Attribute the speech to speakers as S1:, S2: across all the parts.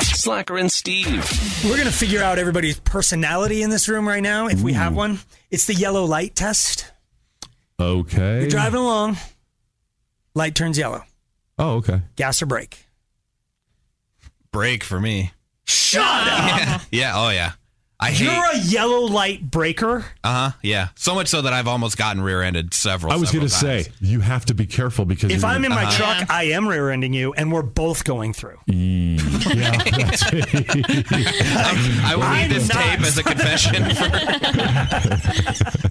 S1: Slacker and Steve.
S2: We're going to figure out everybody's personality in this room right now, if we have one. It's the yellow light test.
S3: Okay.
S2: You're driving along, light turns yellow.
S3: Oh, okay.
S2: Gas or brake?
S4: Break for me.
S2: Shut up!
S4: Yeah. Oh yeah. I hate.
S2: You're a yellow light breaker.
S4: Uh huh. Yeah. So much so that I've almost gotten rear-ended several.
S3: I was
S4: going to
S3: say you have to be careful because
S2: If
S3: you're
S2: I'm in
S3: gonna-
S2: my truck, I am rear ending you, and we're both going through.
S3: Mm, yeah, that's
S4: I will
S2: I'm
S4: need this
S2: not-
S4: tape as a confession.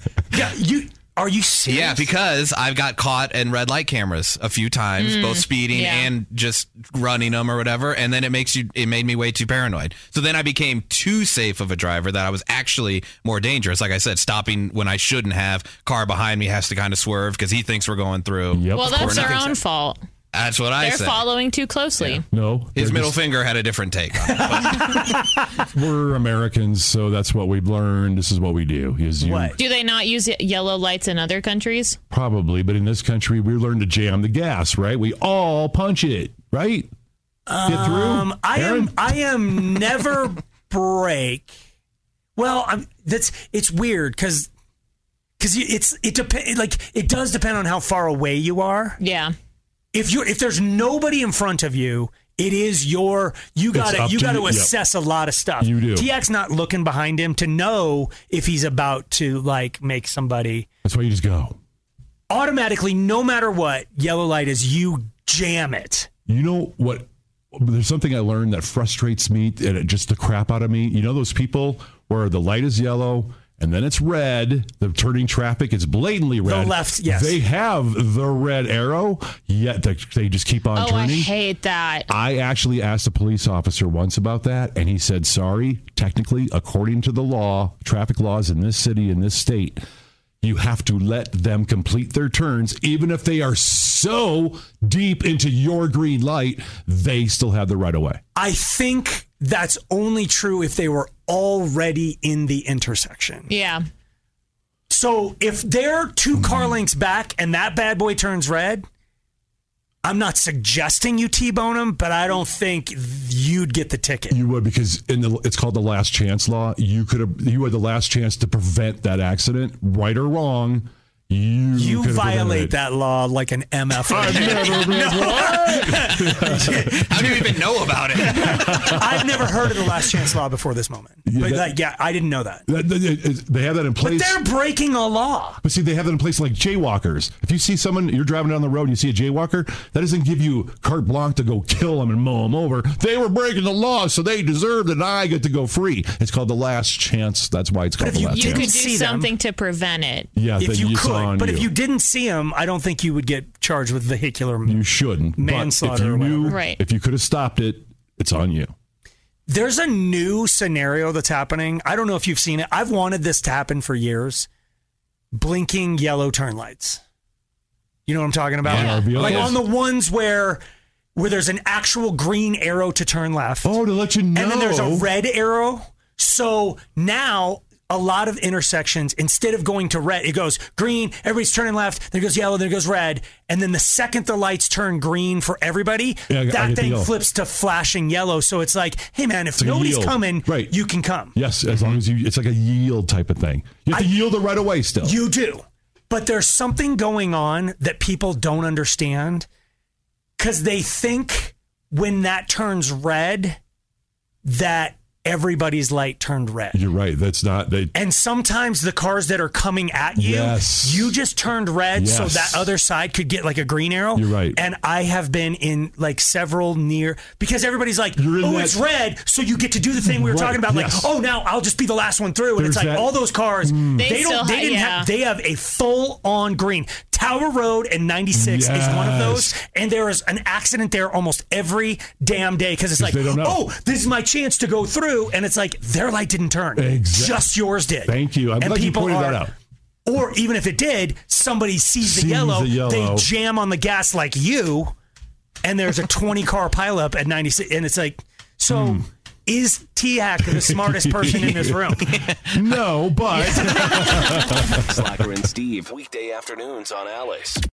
S4: For,
S2: Yeah, you are you serious?
S4: yeah, because I've got caught in red light cameras a few times,
S2: Mm,
S4: both speeding
S5: yeah.
S4: and just running them or whatever, and then it makes you it made me way too paranoid. So then I became too safe of a driver that I was actually more dangerous. Like I said, stopping when I shouldn't have. Car behind me has to kind of swerve because he thinks we're going through.
S3: yep.
S5: Well, that's their own fault.
S4: That's what I
S5: They're
S4: said.
S5: following too closely.
S3: no.
S4: His
S3: they're
S4: middle
S3: just-
S4: finger had a different take on it. but-
S3: We're Americans, so that's what we've learned. This is what we do. Is you
S2: What?
S5: Do they not use yellow lights in other countries?
S3: probably, but in this country, we learned to jam the gas. Right? We all punch it. Right? Get through.
S2: Um, I am.
S3: Aaron?
S2: I am never break. Well, I'm, that's it's weird because because it's it depend like it does depend on how far away you are.
S5: Yeah.
S2: If you are if there's nobody in front of you, it is your you gotta
S3: up
S2: you
S3: to
S2: gotta
S3: you, yep.
S2: assess a lot of stuff.
S3: You do.
S2: TX not looking behind him to know if he's about to like make somebody
S3: That's why you just go.
S2: automatically. No matter what, yellow light is you jam it.
S3: You know what? There's something I learned that frustrates me and it just the crap out of me. You know those people where the light is yellow and then it's red. The turning traffic is blatantly red.
S2: left, yes.
S3: They have the red arrow, yet they, they just keep on
S5: Oh, I
S3: turning.
S5: hate that.
S3: I actually asked a police officer once about that, and he said, "Sorry, technically, according to the law, traffic laws in this city in this state." You have to let them complete their turns, even if they are so deep into your green light, they still have the right of way.
S2: I think that's only true if they were already in the intersection.
S5: Yeah.
S2: So if they're two
S3: Mm-hmm.
S2: car lengths back and that bad boy turns red, I'm not suggesting you T-bone them, but I don't think you'd get the ticket.
S3: You would because in the it's called the last chance law. You could have you had the last chance to prevent that accident, right or wrong. You
S2: You
S3: could have prevented
S2: violate
S3: it.
S2: that law like an MF.
S3: I've never been-
S4: How do you even know about it?
S2: I've never heard of the last chance law before this moment. but
S3: that-
S2: like, yeah, I didn't know that.
S3: that- that- They have that in
S2: But
S3: place.
S2: they're breaking a law.
S3: But see, they have that in place like jaywalkers. If you see someone, you're driving down the road and you see a jaywalker, that doesn't give you carte blanche to go kill them and mow them over. They were breaking the law, so they deserved it, and I get to go free. It's called the last chance. That's why it's called
S2: if
S3: the
S2: you-
S3: last
S5: You
S2: Yeah.
S5: could
S3: chance.
S5: do
S2: See them.
S5: something to prevent it.
S3: yeah,
S2: If
S3: that
S2: you
S3: saw
S2: could,
S3: on
S2: but if you didn't see him, I don't think you would get charged with vehicular
S3: you shouldn't. But
S2: Manslaughter or
S3: if you knew,
S2: whatever.
S5: Right.
S3: if you could have stopped it, it's on you.
S2: There's a new scenario that's happening. I don't know if you've seen it. I've wanted this to happen for years. Blinking yellow turn lights. You know what I'm talking about?
S3: Yeah, RVOs.
S2: like on the ones where where there's an actual green arrow to turn left.
S3: Oh, to let you know.
S2: And then there's a red arrow. So now a lot of intersections, instead of going to red, it goes green, everybody's turning left, then it goes yellow, then it goes red. And then the second the lights turn green for everybody,
S3: Yeah, I- I get
S2: that
S3: the
S2: thing
S3: yellow.
S2: flips to flashing yellow. So it's like, hey man, if
S3: like a
S2: nobody's
S3: yield.
S2: coming,
S3: Right.
S2: you can come.
S3: Yes, as long as you, it's like a yield type of thing. You have to yield it right away still.
S2: You do. But there's something going on that people don't understand because they think when that turns red, that everybody's light turned red.
S3: You're right. That's not, they,
S2: And sometimes the cars that are coming at you,
S3: Yes.
S2: you just turned red so
S3: Yes.
S2: that other side could get like a green arrow.
S3: You're right.
S2: And I have been in like several near because everybody's like,
S3: You're in
S2: oh,
S3: that-
S2: it's red. So you get to do the thing we were
S3: Right,
S2: talking about.
S3: yes.
S2: Like, oh, now I'll just be the last one through. And it's
S3: There's
S2: like
S3: that- Hmm.
S2: all those cars, they,
S5: They
S2: don't,
S5: still
S2: they
S5: ha-
S2: didn't
S5: yeah.
S2: have, they have a full on green. Tower Road and 96 is one of
S3: Yes.
S2: those. And there is an accident there almost every damn day because it's like,
S3: they don't know.
S2: oh, this is my chance to go through. And it's like, their light didn't turn.
S3: Exact-
S2: Just yours did.
S3: Thank you. I'm
S2: And
S3: glad you
S2: people
S3: pointed that
S2: are-
S3: out.
S2: Or even if it did, somebody sees,
S3: Sees
S2: the, yellow,
S3: the yellow.
S2: they jam on the gas like you, and there's a 20 car pileup at 96, and it's like, so
S3: Hmm.
S2: is T Hack the smartest person in this room?
S3: no, but.
S1: Slacker and Steve. Weekday afternoons on Alice.